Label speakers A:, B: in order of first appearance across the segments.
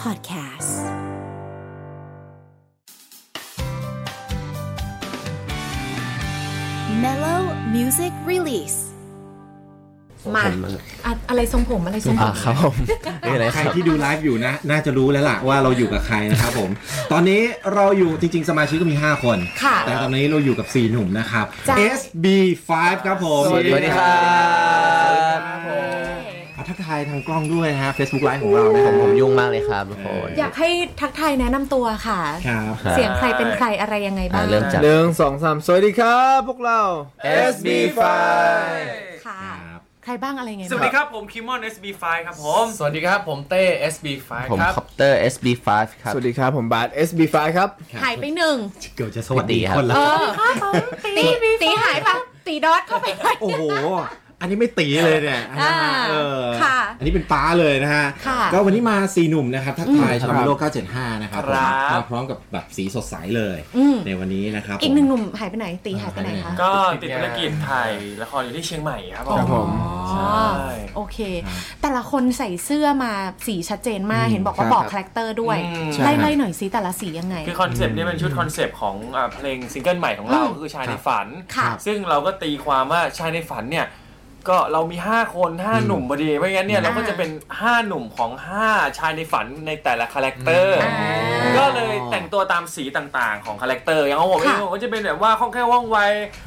A: Podcast Mellow Music Release มา
B: ผมอะ
C: อะอะไรทรงผมอะไรทรงผ
B: อ่าม ครับ ผมนี่อะไร
D: ใค
B: ค
D: ร
B: รับ
D: ที่ดูไลฟ์อยู่นะ น่าจะรู้แล้วล่ะว่าเราอยู่กับใครนะครับผม ตอนนี้เราอยู่จริง ๆ สมาชิกก็มี 5 คน
C: ค่ะ
D: แต่ตอนนี้เราอยู่กับ 4 หนุ่มนะครับ
C: จ้ะ
D: SB5 ครับผม
B: สวัสดีครับ
D: อ่ะทักทายทางกล้องด้วยนะฮะ Facebook Live ของเรานะ
B: ผม
D: ฮะ
B: ผมยุ่งมากเลยครับทุกคน
C: อยากให้ทักทายแนะนำตัวค่ะ
D: ครับ
B: ครับ
C: เสียงใครเป็นใครอะไรยังไงบ้าง
B: อ่ะเริ่มจาก
E: หนึ่งสองสามสวัสดีครับ พวกเรา
B: SB5
C: ค่ะ
D: ครับ
C: ใครบ้างอะไรยังไง
F: สวัสดีครับ ผมคิมมอน SB5 ครับผม
G: สวัสดีครับผมเต้ SB5
B: ผม
G: ครับ
B: คอปเตอร์ SB5 ครับ
E: สวัสดีครับ ผมบาส SB5 ครับ
C: หายไปหนึ่ง
D: เกี่ยวจะสวัส
B: สวัส
D: ดี
B: ดีครับ
D: คนละ
C: เออตีตีหายปะตีดอทเข้าไป หน่อย
D: โอ้โห อันนี้ไม่ตีเลยเนี่ย
C: อ่า
D: เออ
C: ค่ะ
D: อันนี้เป็นป้าเลยนะฮะ
C: ค่ะ
D: ก็วันนี้มาสี่หนุ่มนะครับ ทักทายชาวโลก975 นะครับ
G: ครับ
D: มาพร้อมกับแบบสีสดใสเลย
C: อืม
D: ในวันนี้นะครับ
C: อีกหนึ่งหนุ่มหายไปไหน ตีหายไปไหนคะ
F: ก็ติดภารกิจถ่ายละครอยู่ที่เชียงใหม่ครับผม
C: อ๋อโอเค แต่ละคนใส่เสื้อมาสีชัดเจนมาก เห็นบอกว่า
E: ครับ
C: บอกคาแรคเตอร์ด้วย
F: อืม
C: ไล่ไล่หน่อยสิแต่ละสียังไง
F: คือคอนเซปต์นี่เป็นชุดคอนเซปต์ของอ่าเพลงซิงเกิลใหม่ของเราก็คือชายในฝัน
C: ค่ะ
F: ซึ่งเราก็ตีความว่าชายในฝันเนี่ย ก็เรามี 5 คน 5 หนุ่มพอดีไม่งั้นเนี่ยเราก็จะเป็น 5 หนุ่มของ 5 ชายในฝันในแต่ละคาแรคเตอร์
C: อ่า
F: ก็เลยแต่งตัวตามสีต่างๆ ของคาแรคเตอร์อย่างของผมเอง
C: ค่ะ
F: ผมก็จะเป็นแบบว่าคล่องแคล่วว่องไว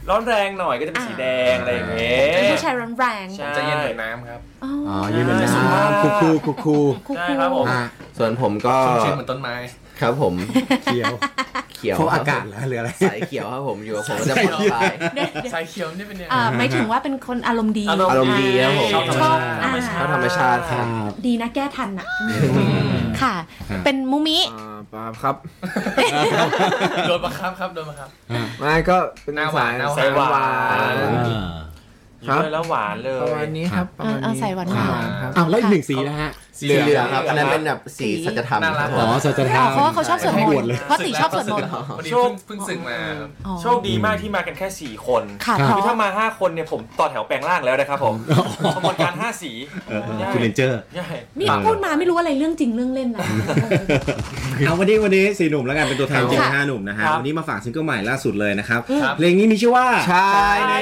F: ร้อนแรงหน่อยก็จะเป็นสีแดงอะไรอย่างเงี้ย
C: เป็นผู้ชายร้อนแรง
F: ใช่
G: จะเย็นเหมือนน้ำครับ
C: อ๋อ
D: อ๋อยืนเป็น
F: สุภา
D: น้ำ
F: พ
D: คูคูคูคู
C: คู่
F: ใช่
C: คู่
F: ครับผม
D: อ่ะ
B: ส่วนผมก็
G: ชุ่มชื้นเหมือนต้นไม้
B: ครับผม
D: เขียว
B: เขียว
D: เพราะอากาศแล้วหรืออะไร
B: สายเขียวครับผมอยู่กับผมก็จะผ่อนคลาย
C: เดี๋ยวเดี๋ยว
G: สายเขียวนี่เป็นยังไง
C: เอ่อหมายถึงว่าเป็นคนอารมณ์ดี
F: อาร
B: อารม
F: ม
B: ณ์
F: ณ์
B: ดี
F: ดี
B: ครับผม
F: ชอบ
C: ชอบธรรมชาติ
B: เขาธรรมชาติครับ
C: ดีนะแก้ทันอ่ะ ค่ะ
D: ครับ
C: เป็นมูมิ
E: อ่าปาล์มครับ
G: โดนบังคับครับโดนบังคับ
E: มาก็เป็น
G: หน้าหวานหน้าหวาน
E: สายหวา
F: อ่
E: น
F: อ
E: ครั
F: ยู่
E: บ
F: ด้วยแล้วหวานเลย
E: ประมาณนี้ครับประ
C: เออ
E: มาณ
C: เอา
E: นี้
C: ใส่หวาน
D: ค
C: ห
D: รั
C: วา
D: บ
C: น
E: ครับ
D: อ้าวแล้วอีกหนึ่งสีนะฮะ
B: สีเหลืองครับ อันนั้นเป็นแบบสี
C: สี
B: สัจธรรม
G: น่ารัก
B: ค
D: อ๋
B: รัผม
D: อบสัจธรรม
C: เพราะว่าเขาชอบสวดม
D: ให้บวน ช
C: ต์
D: เลย
C: เพราะติชอบสวดมนต์
G: พอดี
F: โชค
G: เพิ่งเพิ่งสึกมา
C: อ๋อ
F: โชคดีมากที่มากันแค่ 4 คน
C: ค่ะ
D: ครับ
C: เพ
F: คือ
C: ราะ
F: ถ้ามา 5 คนเนี่ยผมต่อแถวแปลงร่างแล้วนะครับผมขบวนการ 5 สี
D: เออเออคือเลนเจอร์
F: ใช่
C: นี่พูดมาไม่รู้อะไรเรื่องจริงเรื่องเล่นนะ
D: เอาวันนี้วันนี้สี่หนุ่มแล้วกันเป็นตัวแทน
C: ครับ
D: จริง
C: ค่ะ
D: ห้าหนุ่มนะฮะ
G: ครับ
D: วันนี้มาฝากซิงเกิลใหม่ล่าสุดเลยนะครับ
G: ครับ
D: เพลงนี้มีชื่อว่า
E: ชายใน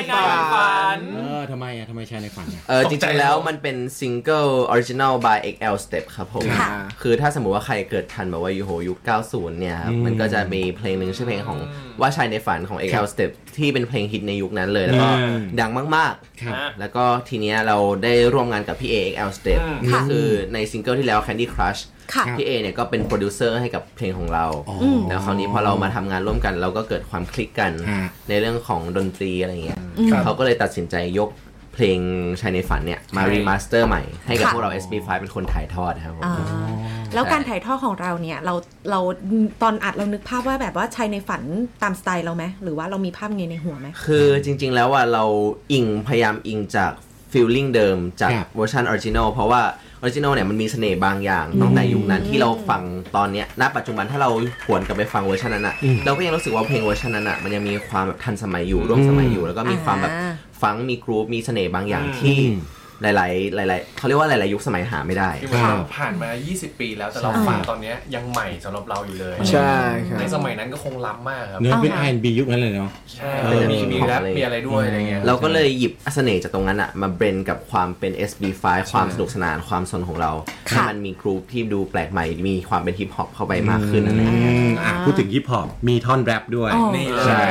E: ฝัน
F: น
D: เออทำไมอ่ะทำไมชายในฝันอ่ะ
B: เออจ
G: ตกใจ
B: ริงๆแล้ว
G: เนอะ
B: มันเป็นซิงเกิลออริจิน l by XL Step ครับผม
C: ค่ะ
B: คือถ้าสมมติว่าใครเกิดทันแบบว่ายูโหยุค 90 เนี่ยครับ
D: อืม
B: มันก็จะมีเพลงหนึ่งชื่อเพลงของว่าชายในฝันของ XL Step ที่เป็นเพลงฮิตในยุคนั้นเลย แล้วก็
D: อืม
B: ดังมาก
D: ครับ
F: นะ
B: ๆ แล้วก็ทีเนี้ยเราได้ร่วมงานกับพี่เอ XL Step
F: อืม
B: ก็คือในซิงเกิลที่แล้ว Candy Crush
C: ค่ะ
B: พี่เอเนี่ยก็เป็นโปรดิวเซอร์ให้กับเพลงของเรา
D: อืม
B: แล้วคราวนี้พอเรามาทำงานร่วมกัน เราก็เกิดความคลิกกัน
D: ฮะ
B: ในเรื่องของดนตรีอะไรอย่างเงี้ย
C: อืม
B: เขาก็เลยตัดสินใจยกเพลงชายในฝันเนี่ย มา
G: ใช่
B: รีมาสเตอร์ใหม่ให้กับ
C: ค่ะ
B: พวกเรา SB5 เป็นคนถ่ายทอดนะครับผม
C: อ่าแล้วการถ่ายทอดของเราเนี่ย เราเราตอนอัดเรานึกภาพว่าแบบว่าชายในฝันตามสไตล์เราไหมหรือว่าเรามีภาพไงในหัวไหม
B: คือจริงๆ แล้วว่าเราอิงพยายามอิงจากฟิลลิ่งเดิมจาก
D: ครับ
B: เวอร์ชันออริจินอลเพราะว่าออริจินอลเนี่ยมันมีเสน่ห์บางอย่างตั้งแต่ยุคนั้นที่เราฟังตอนเนี้ยณปัจจุบันถ้าเราหวนกลับไปฟังเวอร์ชันนั้นอะเราก็ยังรู้สึกว่าเพลงเวอร์ชันนั้นอะมันยังมีความแบบทันสมัยอยู่ร่วมสมัยอยู่ แล้วก็มีความแบบ
C: อ่า
B: ฟังก์มีกรุ๊ปมีเสน่ห์บางอย่างที่
D: อืม
B: หลายๆหลายๆเขาเรียกว่าหลาย ๆ ยุคสมัยหาไม่ได้
G: คือมันผ่านมา 20 ปีแล้วแต่เราฟังตอนเนี้ยยังใหม่สำหรับเราอยู่เลย
E: ใช่ครับ
G: ในสมัยนั้นก็คงล้ำมากครับ
D: เนื้อเป็น
C: อ่า
D: R&B ยุคนั้นเลยเนาะ
G: ใช่
B: เออ
G: มีมีแรป
B: ของอะไร
G: มีอะไรด้วยอะไรเงี้ย
B: เราก็เลยหยิบเสน่ห์จากตรงนั้นอะมาเบรนกับความเป็น SB5 ความสนุกสนานความสนของเรา
C: ค่ะ
B: ให้มันมีกรูปที่ดูแปลกใหม่ มีความเป็นฮิปฮอปเข้าไปมากขึ้นอะไร
D: อื
B: เงี้ย
D: มอ่ะพูดถึงฮิปฮอปมีท่อนแรปด้วย
C: อ๋อ
G: นี่เลย
D: ใช่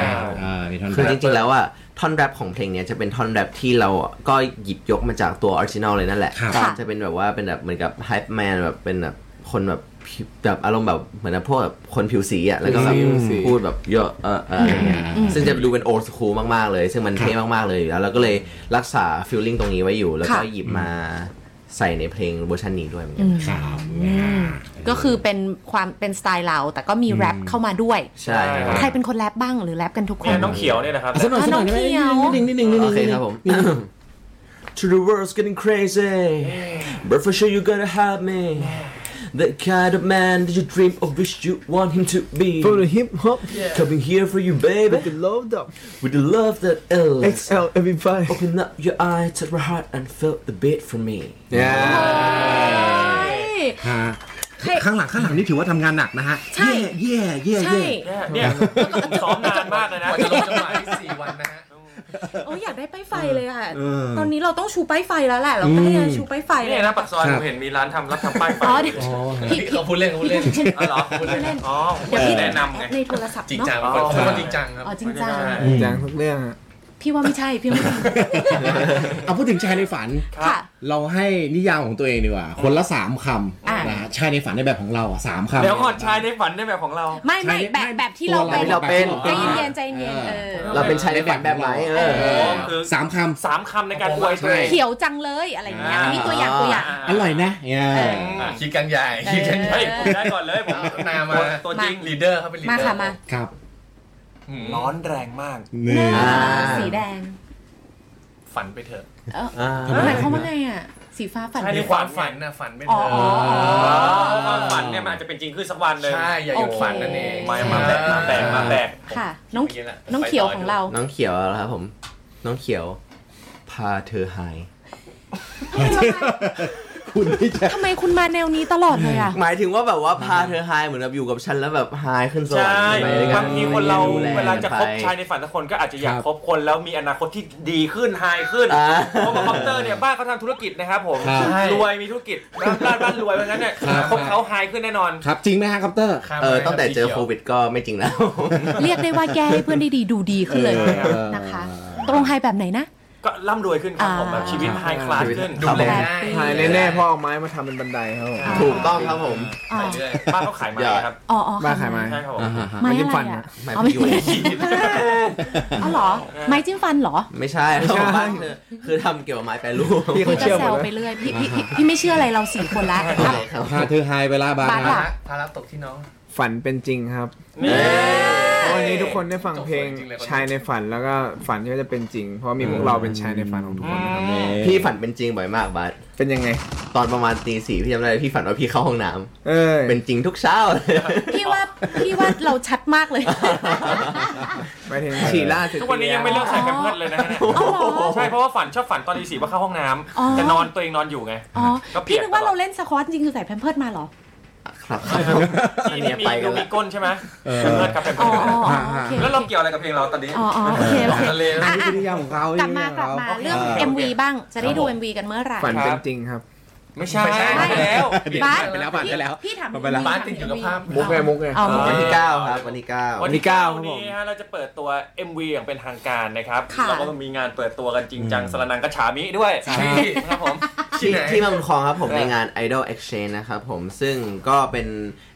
D: อ่ามีท่อน
B: คือ
D: แร
B: จ
D: ป
B: ริงๆแล้วอะท่อนแรปของเพลงเนี้ยจะเป็นท่อนแรปที่เราอะก็หยิบยกมาจากตัวออริจินอลเลยนั่นแหละ
D: ครับ
C: ค่ะ
B: จะเป็นแบบว่าเป็นแบบเหมือนกับไฮป์แมนแบบเป็นแบบคนแบบผิวแบบอารมณ์แบบเหมือนแบบพวกแบบคนผิวสีอะแล้วก็แบบ
E: ผิวสี
B: พูดแบบเยอะเออเอออะไรเงี้ยซึ่งจะดูเป็นโอ h o ู l มากๆเลย ซึ่งมันเท่มากๆเลยอยู่แล้วเราก็เลยรักษาฟิลลิ่งตรงนี้ไว้อยู่ แล้วก็
C: ค่ะ
B: หยิบมาใส่ในเพลงเวอร์ชันนี้ด้วยเหมือนกั
C: อื
B: น
C: ม
D: ครับ
C: อืมก็คือเป็นความเป็นสไตล์เราแต่ก็มีแรปเข้ามาด้วย
B: ใช่ครับ
C: ใครเป็นคนแรปบ้างหรือแรปกันทุกค
F: เนี่ย
C: น
F: น้องเขียวเนี่ยนะครับ
D: สักหน่อยสักหน่อยได้ไห
C: น้อง
D: ม
C: เขียว
D: นิดนึงนิดนึงนิดนึงนิด
B: โอเค
D: นึง
B: ครับผม
E: To the world's getting crazy
B: But for sure you gotta have me The kind of man that you dream of wish you want him to be
E: From the hip hop
B: Coming here for you
E: with
B: baby
E: the load up
B: With the love that is
E: XL SB5
B: Open up your eyes, touch my heart, and feel the beat for me.
E: เนี่ย
C: ใช่
D: ฮะ
C: ให้
D: ข้างหลังข้างหลังนี่ถือว่าทำงานหนักนะฮะ
C: ใช่
D: เย่เย่เย่
C: ใช่
D: เย่
F: เนี่ยเนี่ยผมซ้อมนานมากเลยนะ
G: กว่าจะลงจังหวะที่สี่วันนะฮะ
C: โอ้ยอยากได้ป้ายไฟเลยค่ะ
D: เออ
C: ตอนนี้เราต้องชูป้ายไฟแล้วแหละ เราก็ได้
D: อืม
C: ชูป้ายไฟ
F: นี่
C: แล้ว
F: นะปักซอย
D: ครั
F: ผ
D: บ
F: มเห็นมีร้านทำรับทำป้ายไฟ
C: อ๋อเดี๋ยว
F: อ
G: พี่เขาพูดเล่นเขาพูดเล่น
F: ๋อเหรอคุณเล่นอ๋อ
C: เดี๋ยวพี่
F: แนะนำไง
C: ในโทรศัพท์
G: จริง
C: เนาะ
G: จัง
F: อ๋อ
G: คนคนจริงจังครับ
C: อ๋อจริงจัง
D: อืม
E: แจ้งทุกเรื่องอะ
C: พี่ว่าไม่ใช่ พี่ว่าไม่ใช่
D: เอาพูดถึงชายในฝัน
C: ค่ะ
D: เราให้นิยามของตัวเองดีกว่า คนละสามค
C: อ่ะ
D: ำนะฮะชายในฝันในแบบของเราอ่ะสามคำ
F: เดี๋ยวก่อนชายในฝันในแบบของเรา
C: ไม่
D: ใช่
C: ไม่แบ
D: ไม่
C: บแบบที่เราเป็น
B: ที่เราเป็น
C: ใจเย็นๆใจเย็นๆเออ
B: เราเป็นชายในฝันแบบไหนเออ
D: เออ
F: คือ
D: สามคำ
F: สามคำในการอวยตัวเอง
C: เขียวจังเลยอะไรอย่างเงี้ย
F: อ่ามี
C: มีตัวอย่างตัวอย่าง
D: อร่อยนะเนี่ย
G: อ่ะคิดกันใหญ่คิดกันใหญ่
F: เฮ้ยผมได้ก่อนเลยผม
G: เอานามา
F: ตัวจริง
G: ลีดเดอร์เขาเป็นลีด
C: มา
G: เดอร์
C: ค่ะมา
D: ครับ
F: ร้อนแรงมาก
D: เนี่ย
B: อ่า
C: สีแดง
G: ฝันไปเถอะ
C: เออ
B: อ่า
D: ทำไ
C: หมายความว่าไงอ่ะสีฟ้าฝัน
F: ใช่
G: ในความฝันนะฝันไปเถอะ
C: อ๋ออ๋อ
F: ความฝันเนี่ยมันอาจจะเป็นจริงขึ้นสักวันเลย
G: ใช่อย่าหยุดฝันนั่นเอง
F: มามาแบกมาแบกมาแบก
C: ค่ะ น้อง
G: เมื่กี้แหละ
C: น้องเขียวของเรา
B: น้องเขียวแล้วครับผม น้องเขียว พาเธอหาย
D: คุณที่จะ
C: ทำไมคุณมาแนวนี้ตลอดเลยอ่ะ
B: หมายถึงว่าแบบว่าพาเธอไฮเหมือนแบบอยู่กับฉันแล้วแบบไฮขึ้นสวรร
F: ใช่
B: ค์ไปด้วยกับ
F: างทีคนเรา
B: ดูแ
F: เวลาจะคบชาย
B: ไป
F: ในฝันสักคนก็อาจจะอยาก
D: ครับ
F: คบคนแล้วมีอนาคตที่ดีขึ้นไฮขึ้น
B: อ่า
F: เพราะว่าคอมเตอร์เนี่ยบ้านเขาทำธุรกิจนะครับผม
D: ครับ
F: รวยมีธุรกิจบ้านบ้านบ้านรวยเพราะฉะนั้นเนี่ยคบเขาไฮขึ้นแน่นอน
D: ครับ จริงไหมฮะคัปเตอร์
G: ข้าม
B: เออ
G: ไป
B: ตั้งแต่เจอ
G: รับ
B: โควิดก็ไม่จริงแล้ว
C: เรียกได้ว่าแก้ให้เพื่อนได้ดีดูดีขึ้นเลย
D: เออ
C: นะคะ ตรงไฮแบบไหนนะ
F: ก็ร่ำรวยขึ้นครับผมแบบชีวิตไฮคลาสขึ้น
G: ดูแลได้
E: หายแน่ๆเพ่อเอาไม้มาทำเป็นบันไดครับผม
C: อ่า
B: ถูกต้องครับผม
C: อ๋อ
G: ไปเรื่อย
F: บ้านเขาขายไม้ครับ
C: อ๋ออ๋อ
E: บ้าขายไม้
F: ใช่ครับผม
B: อ่าฮะฮะ
C: ไม้
E: ไม้จิ้
C: อะ
E: ม
C: ไร
E: ฟัน
C: อ่ะ
E: นะ
B: หมาย
C: อ๋อ
B: ไป
C: ไม่
B: อยู่
C: อ๋อเหรอ ไม้จิ้มฟันเหรอ
B: ไม่ใช่
E: ไม่ใช่
B: บ้านเธอคือทำเกี่ยวกับไม้แปรรูป
E: พี่เขา
C: จะ
E: เชื่อห
C: แซ
E: มด
C: ว
E: แล้ว
C: ไปเรื่อยพี่พี่พี่พี่ไม่เชื่ออะไรเราสี่คนละอ่ะ
B: ครับ
D: พาเธอไฮเวลาบาร์
C: บาร์
D: นะ
C: ค่ะ
G: ภาระตกที่น้อง
E: ฝันเป็นจริงครับ
F: นี่
E: วันนี้ทุกคนได้ฟังเพลง
G: จบสวยจริงเลย
E: ชายในฝันแล้วก็ฝันก็จะเป็นจริง เพราะมีพวกเราเป็นชายในฝันของทุกคนนะครับ
B: พี่ฝันเป็นจริงบ่อยมากบัส
E: เป็นยังไง
B: ตอนประมาณตีสี่พี่จำได้เลยพี่ฝันว่าพี่เข้าห้องน้
E: เออ
B: ำเป็นจริงทุกเช้าเลย
C: พี่ว่าพี่ว่าเราชัดมากเลย
E: ไปถึงฉี่ล่าสุด
F: ทุกวันนี้ยังไม่เลิกใส่แพมเพิร์สเลยนะฮะเนี่ยใช่เพราะว่าฝันชอบฝันตอนตีสี่ว่าเข้าห้องน้ำแต่นอนตัวเองนอนอยู่ไง
C: อ๋อ
F: ก็เปี
C: พี่
F: ยก
C: นึกว่าเราเล่นสควอตจริงคือใส่แพมเพิร์ดมาเหรอ
B: ครับอัน
F: ที่
B: เนี้ย
F: มี
B: ไปกั
F: ลู
B: น
F: กมี
B: ละ
F: ก้นใช่ไหม
D: เออ
F: แพมเพิร์สกับแพม
C: อ๋
F: เพิ
C: อ
F: ร์ส
C: อ๋ออ๋อโอเค
F: แล้วเราเกี่ยวอะไรกับเพลงเราตอนนี้
C: อ๋ออ๋อโอเคโอเค
G: ทะเลนะ
C: อ่ะ
E: นี่คือนิยามของเขา
C: ก
E: นี่
C: ลับมาก
E: คือนิยามข
C: ลั
E: อบ ง
C: มา
E: เขา
C: เรื่อง MV บ้างจะได้ดู MV กันเมื่อไหร่
E: ฝันเป็นจริงครับ
F: ไม่ใช่
G: ไม่ใช่
F: แล้ว
C: บาส
D: ไปแล้วบาสไปแล้ว
C: พี่ถาม
D: เอาไปแล้ว
G: บ้านติดอยู่กับภาพ
E: มุกไงมุกไง
C: อ๋อมุก
B: วันที่เก้าครับวันที่เก้า
F: วัน
E: วันที่
F: ที่
E: เก้า
F: เก้า
E: ครับผม
F: นี้ฮะเราจะเปิดตัว MV อย่างเป็นทางการนะครับ
C: ค่ะ
F: เราก็มีงานเปิดตัวกันจริงจังสรนังกระฉามิด้วยครับผม
B: ที่
G: ที่ไหน
B: ที่มาบุญครองครับผม
F: เออ
B: ในงาน Idol Exchange นะครับผมซึ่งก็เป็น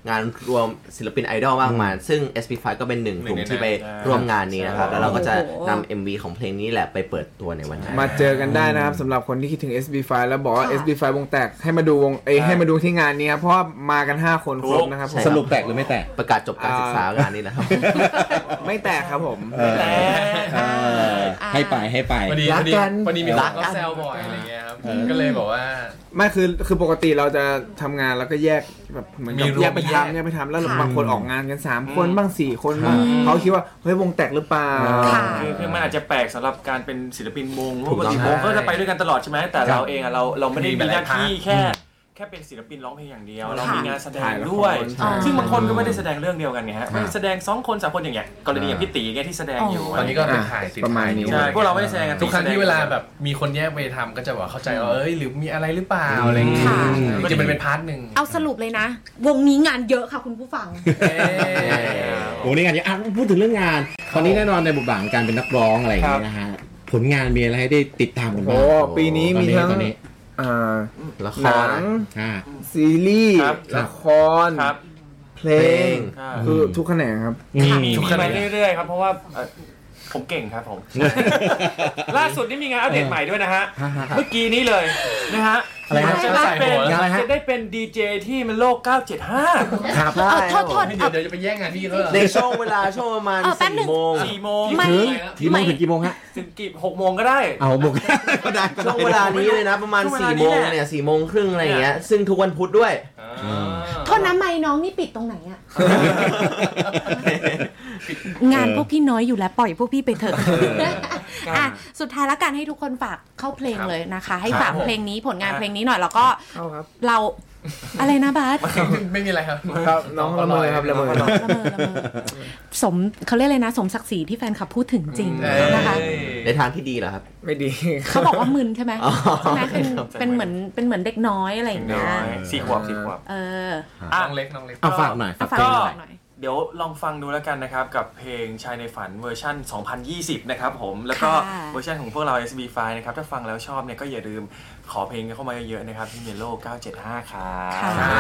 B: งานรวมศิลปินไอดอลมากมายซึ่ง SP5 ก็เป็นหนึ่งกลุ่ม
G: หนึ่งใน
B: ที่ไป
G: นั้น
B: ร่วมงานนี้นะครับ
F: ใช่
B: แล้วเราก็จะ
C: โอ้โห
B: นำ MV ของเพลงนี้แหละไปเปิดตัวในวันนั้น
E: มาเจอกันได้นะครับสำหรับคนที่คิดถึง SB5 แล้วบอกว่า
C: ค่ะ
E: SB5 วงแตกให้มาดูวงเอยให้มาดูที่งานนี้ครับเพราะว่ามากัน 5 คนครบนะครับผ
B: ใช่
E: ม
B: ค
D: ส
B: บ
D: รุปแตกหรือไม่แตก
B: ประกาศจบการศึกษางานนี้นะครับ
E: ไม่แตกครับผม
F: แต่
D: เออ ให้ไปให้ไป
G: พอดี
E: รั
G: พ
E: ก
G: อดี
E: กัน
G: พอดีมีค
B: รั
G: น
B: กกัน
G: ก็แซวบ่อยอะไรเงี้ยครับผมก็เลยบอกว่า
E: ไม่คือคือปกติเราจะทำงานแล้วก็แยกแบบเหมือนกับ
G: มีรวม
E: แยกไป
G: แยก
E: ทำแยกไปทำแล้ว
C: ค่ะ
E: บางคนออกงานกัน 3 คนบ้าง 4 คนบ้างเขาคิดว่าเฮ้ยวงแตกหรือเปล่า
C: ค่ะ
F: คือคือมันอาจจะแปลกสำหรับการเป็นศิลปินวงเพ
B: ถู
F: ราะป
B: ก
F: ก
B: ต้อง
F: ติ
B: ครับ
F: วงก็จะไปด้วยกันตลอดใช่ไหมแต่เราเองอะเราเราไม่ได้
G: มี
F: มีหน้า
G: หลายพาร์ท
F: ที่แค่แค่เป็นศิลปินร้องเพลงอย่างเดียว เรามีงานแสดง
E: ถ่ายละคร
F: ด้วย
E: ใช่
F: ซึ่งบางคนก็ไม่ได้แสดงเรื่องเดียวกันไงฮะไม่ได้แสดงสองคนสามคนอย่างเงี้ยกรณีอย่างพี่ตีเงี้ยที่แสดงอยู่
G: ตอนนี้ก็ไปถ่ายติด
E: ประมาณ
G: ถ่าย
E: นี้
G: อยู่
F: ใช่พวกเราไม่ได้แสดงกัน
G: ทุกครั้งที่เวลาแบบมีคนแยกไปทำก็จะบอกเข้าใจว่าเอ้ยหรือมีอะไรหรือเปล่าอะไรเงี้ย
C: ค่ะ
G: มันจะเป็นเป็นพาร์ทหนึ่ง
C: เอาสรุปเลยนะ วงนี้งานเยอะค่ะคุณผู้ฟัง
G: เอ๊ะ
D: โอ้นี่งานเยอะอ่ะพูดถึงเรื่องงาน คราวนี้แน่นอนในบทบาทของการเป็นนักร้องอะไรอย่างเงี้ยนะฮะ ผลงานมีอะไรให้ได้ติดตามกันบ้าง
E: โอ้ปีนี้มีทั้ง
D: ตอนนี้
E: อ่า
B: ละค
E: หนั
B: ร
E: ง
D: อ่า
E: ซีรีส์
F: ครับ
D: ครับ
E: ละคร
F: ครับ
E: เพล
B: เพล
E: ง
B: ง
F: ครับ
E: คือทุกแขนงครับ
D: อืม
F: มีมาเรื่อยๆครับเพราะว่าเอ่อผมเก่งครับ ผม ล่าสุดนี่มีงานอัปเดตใหม่ด้วยนะฮะ เมื่อกี้นี้เลยนะฮะ
D: อะไรนะ
F: จะได้เป็น
D: ใส่หัวอะไรฮะ
F: จะได้เป็นดีเจที่มันโลก 975
D: ครับ
C: เออโทษโทษ
G: ไม่
C: เอ
G: เดี๋
C: อ
G: ยวเดี๋ยวจะไปแย่งงานพี่เขาเหรอ
B: ในช่วงเวลาช่วงประมาณ
C: เออแป๊บ
B: สี่
C: นึง
B: โมง
F: 4โมง
C: ไม่
D: ถึงกี่โมงถึงกี่โมงฮะ
F: ถึงกี่6โมงก็ได้
D: เอาหมกก็ได้ ก็
B: ช่ว
D: ได้
B: งเวลานี้เลยนะประมาณ
F: ช่วง
B: สี่
F: เวลานี้
B: โมง
F: แหละ
B: เนี่ยสี่โมงครึ่งอะไรอย่างเงี้ยซึ่งทุกวันพุธด้วย
C: โทษนะไม้น้องนี่ปิดตรงไหนอะงานพวกพี่น้อยอยู่แล้วปล่อยพวกพี่ไปเถอะ
F: อ่ะ
C: อ่ะสุดท้ายแล้วกันให้ทุกคนฝากเข้าเพลงเลยนะคะ ให้
G: ครับ
C: ฝาก
G: ผม
C: เพลงนี้ผลงาน
F: อ่ะ
C: เพลงนี้หน่อยแล้วก็
E: เอาครับ
C: เราอะไรนะบาสละ
G: ไม่มีอะไรครับ
E: ครับน้องละเมยครับละเมย
C: เมอละเมอสมเขาเรียกอะไรนะ สมศักดิ์ศรีที่แฟนคลับพูดถึงจริง
G: เอ้ย
C: นะคะ
B: ในทางที่ดีเหรอครับ
E: ไม่ดี
C: เขาบอกว่ามึนใช่ไหม
B: อ๋อ
C: ใช่ไหมเป็น
F: ครับ
C: เป็นเหมือนเป็นเหมือนเด็กน้อยอะไรอย่าง
F: น้
C: เงี้ย
F: อยสี่ขวบสี่ขวบ
C: เออ
F: อ่ะ
G: น้องเล็กน้องเล็ก
D: เอาฝากหน่อย
C: เอา
D: ฝาก
C: ฝาก
D: เพลง
C: ห
D: ห
C: น่อฝากห
D: น่อย ย
C: น่อย
F: เดี๋ยวลองฟังดูแล้วกันนะครับ กับเพลงชายในฝันเวอร์ชั่น 2020 นะครับผม แล้วก็
C: ค่ะ
F: เวอร์ชันของพวกเรา SB5 นะครับ ถ้าฟังแล้วชอบเนี่ยก็อย่าลืมขอเพลงเข้ามาเยอะๆนะครับที่เมโล975ครับ
C: ค่ะ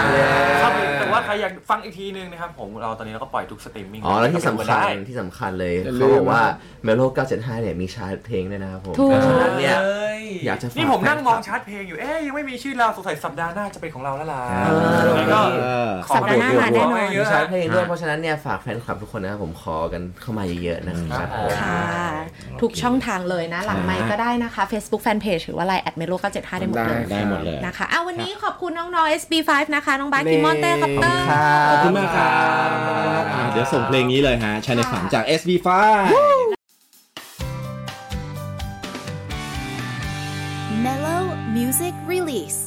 F: ครับผมแต่ว่าใครอยากฟังอีกทีนึงนะครับผมเราตอนนี้เราก็ปล่อยทุกสตรีมมิ่ง
B: อ๋อแล้วที่สำคัญ
F: ได้
B: ที่สำคัญเลย
E: อย่าลืม
B: เขาบอกว่าเมโล975 เนี่ยมีชาร์ตเพลงด้วยนะครับผม
C: ถูก
B: เพราะฉะนั้นเนี่ย
G: เอ้ย
B: อยากจะฝาก
F: นี่ผมนั่งมอง
B: แฟ
F: ชาร์ตเพลงอยู่ เอ๊ยยังไม่มีชื่อเราสงสัยสัปดาห์หน้าจะเป็นของเราแล้วล่ะ
D: เออ
F: แล้วก็
D: เออ
F: ขอ
C: สัปดาห์หน้ามาแน่นอน
B: นคลับ
F: เย
B: มี
F: อะ
B: ชา
F: ๆ
B: ร์ตเพลงด้วยเพราะฉะนั้นเนี่ยฝากแฟนคลับทุกคนนะครับผมขอกันเข้ามาเยอะๆนะครับผม
G: ครับ
C: ค่ะ ทุกช่องทางเลยนะ หลังไมค์ก็ได้นะคะ Facebook Fanpage หรือว่า Line แอดเมโล975 ได้หมดเลย
D: ได้หมดเลย
C: นะคะอ้าววันนี้ขอบคุณน้องน้อย SB5 นะคะน้องบาสคิมมอนเต้คอปเตอร์
D: ขอบคุณมากครับอ่ะเดี๋ยวส่งเพลงนี้เลยฮะชายในฝันจาก SB5
A: Mellow Music Release.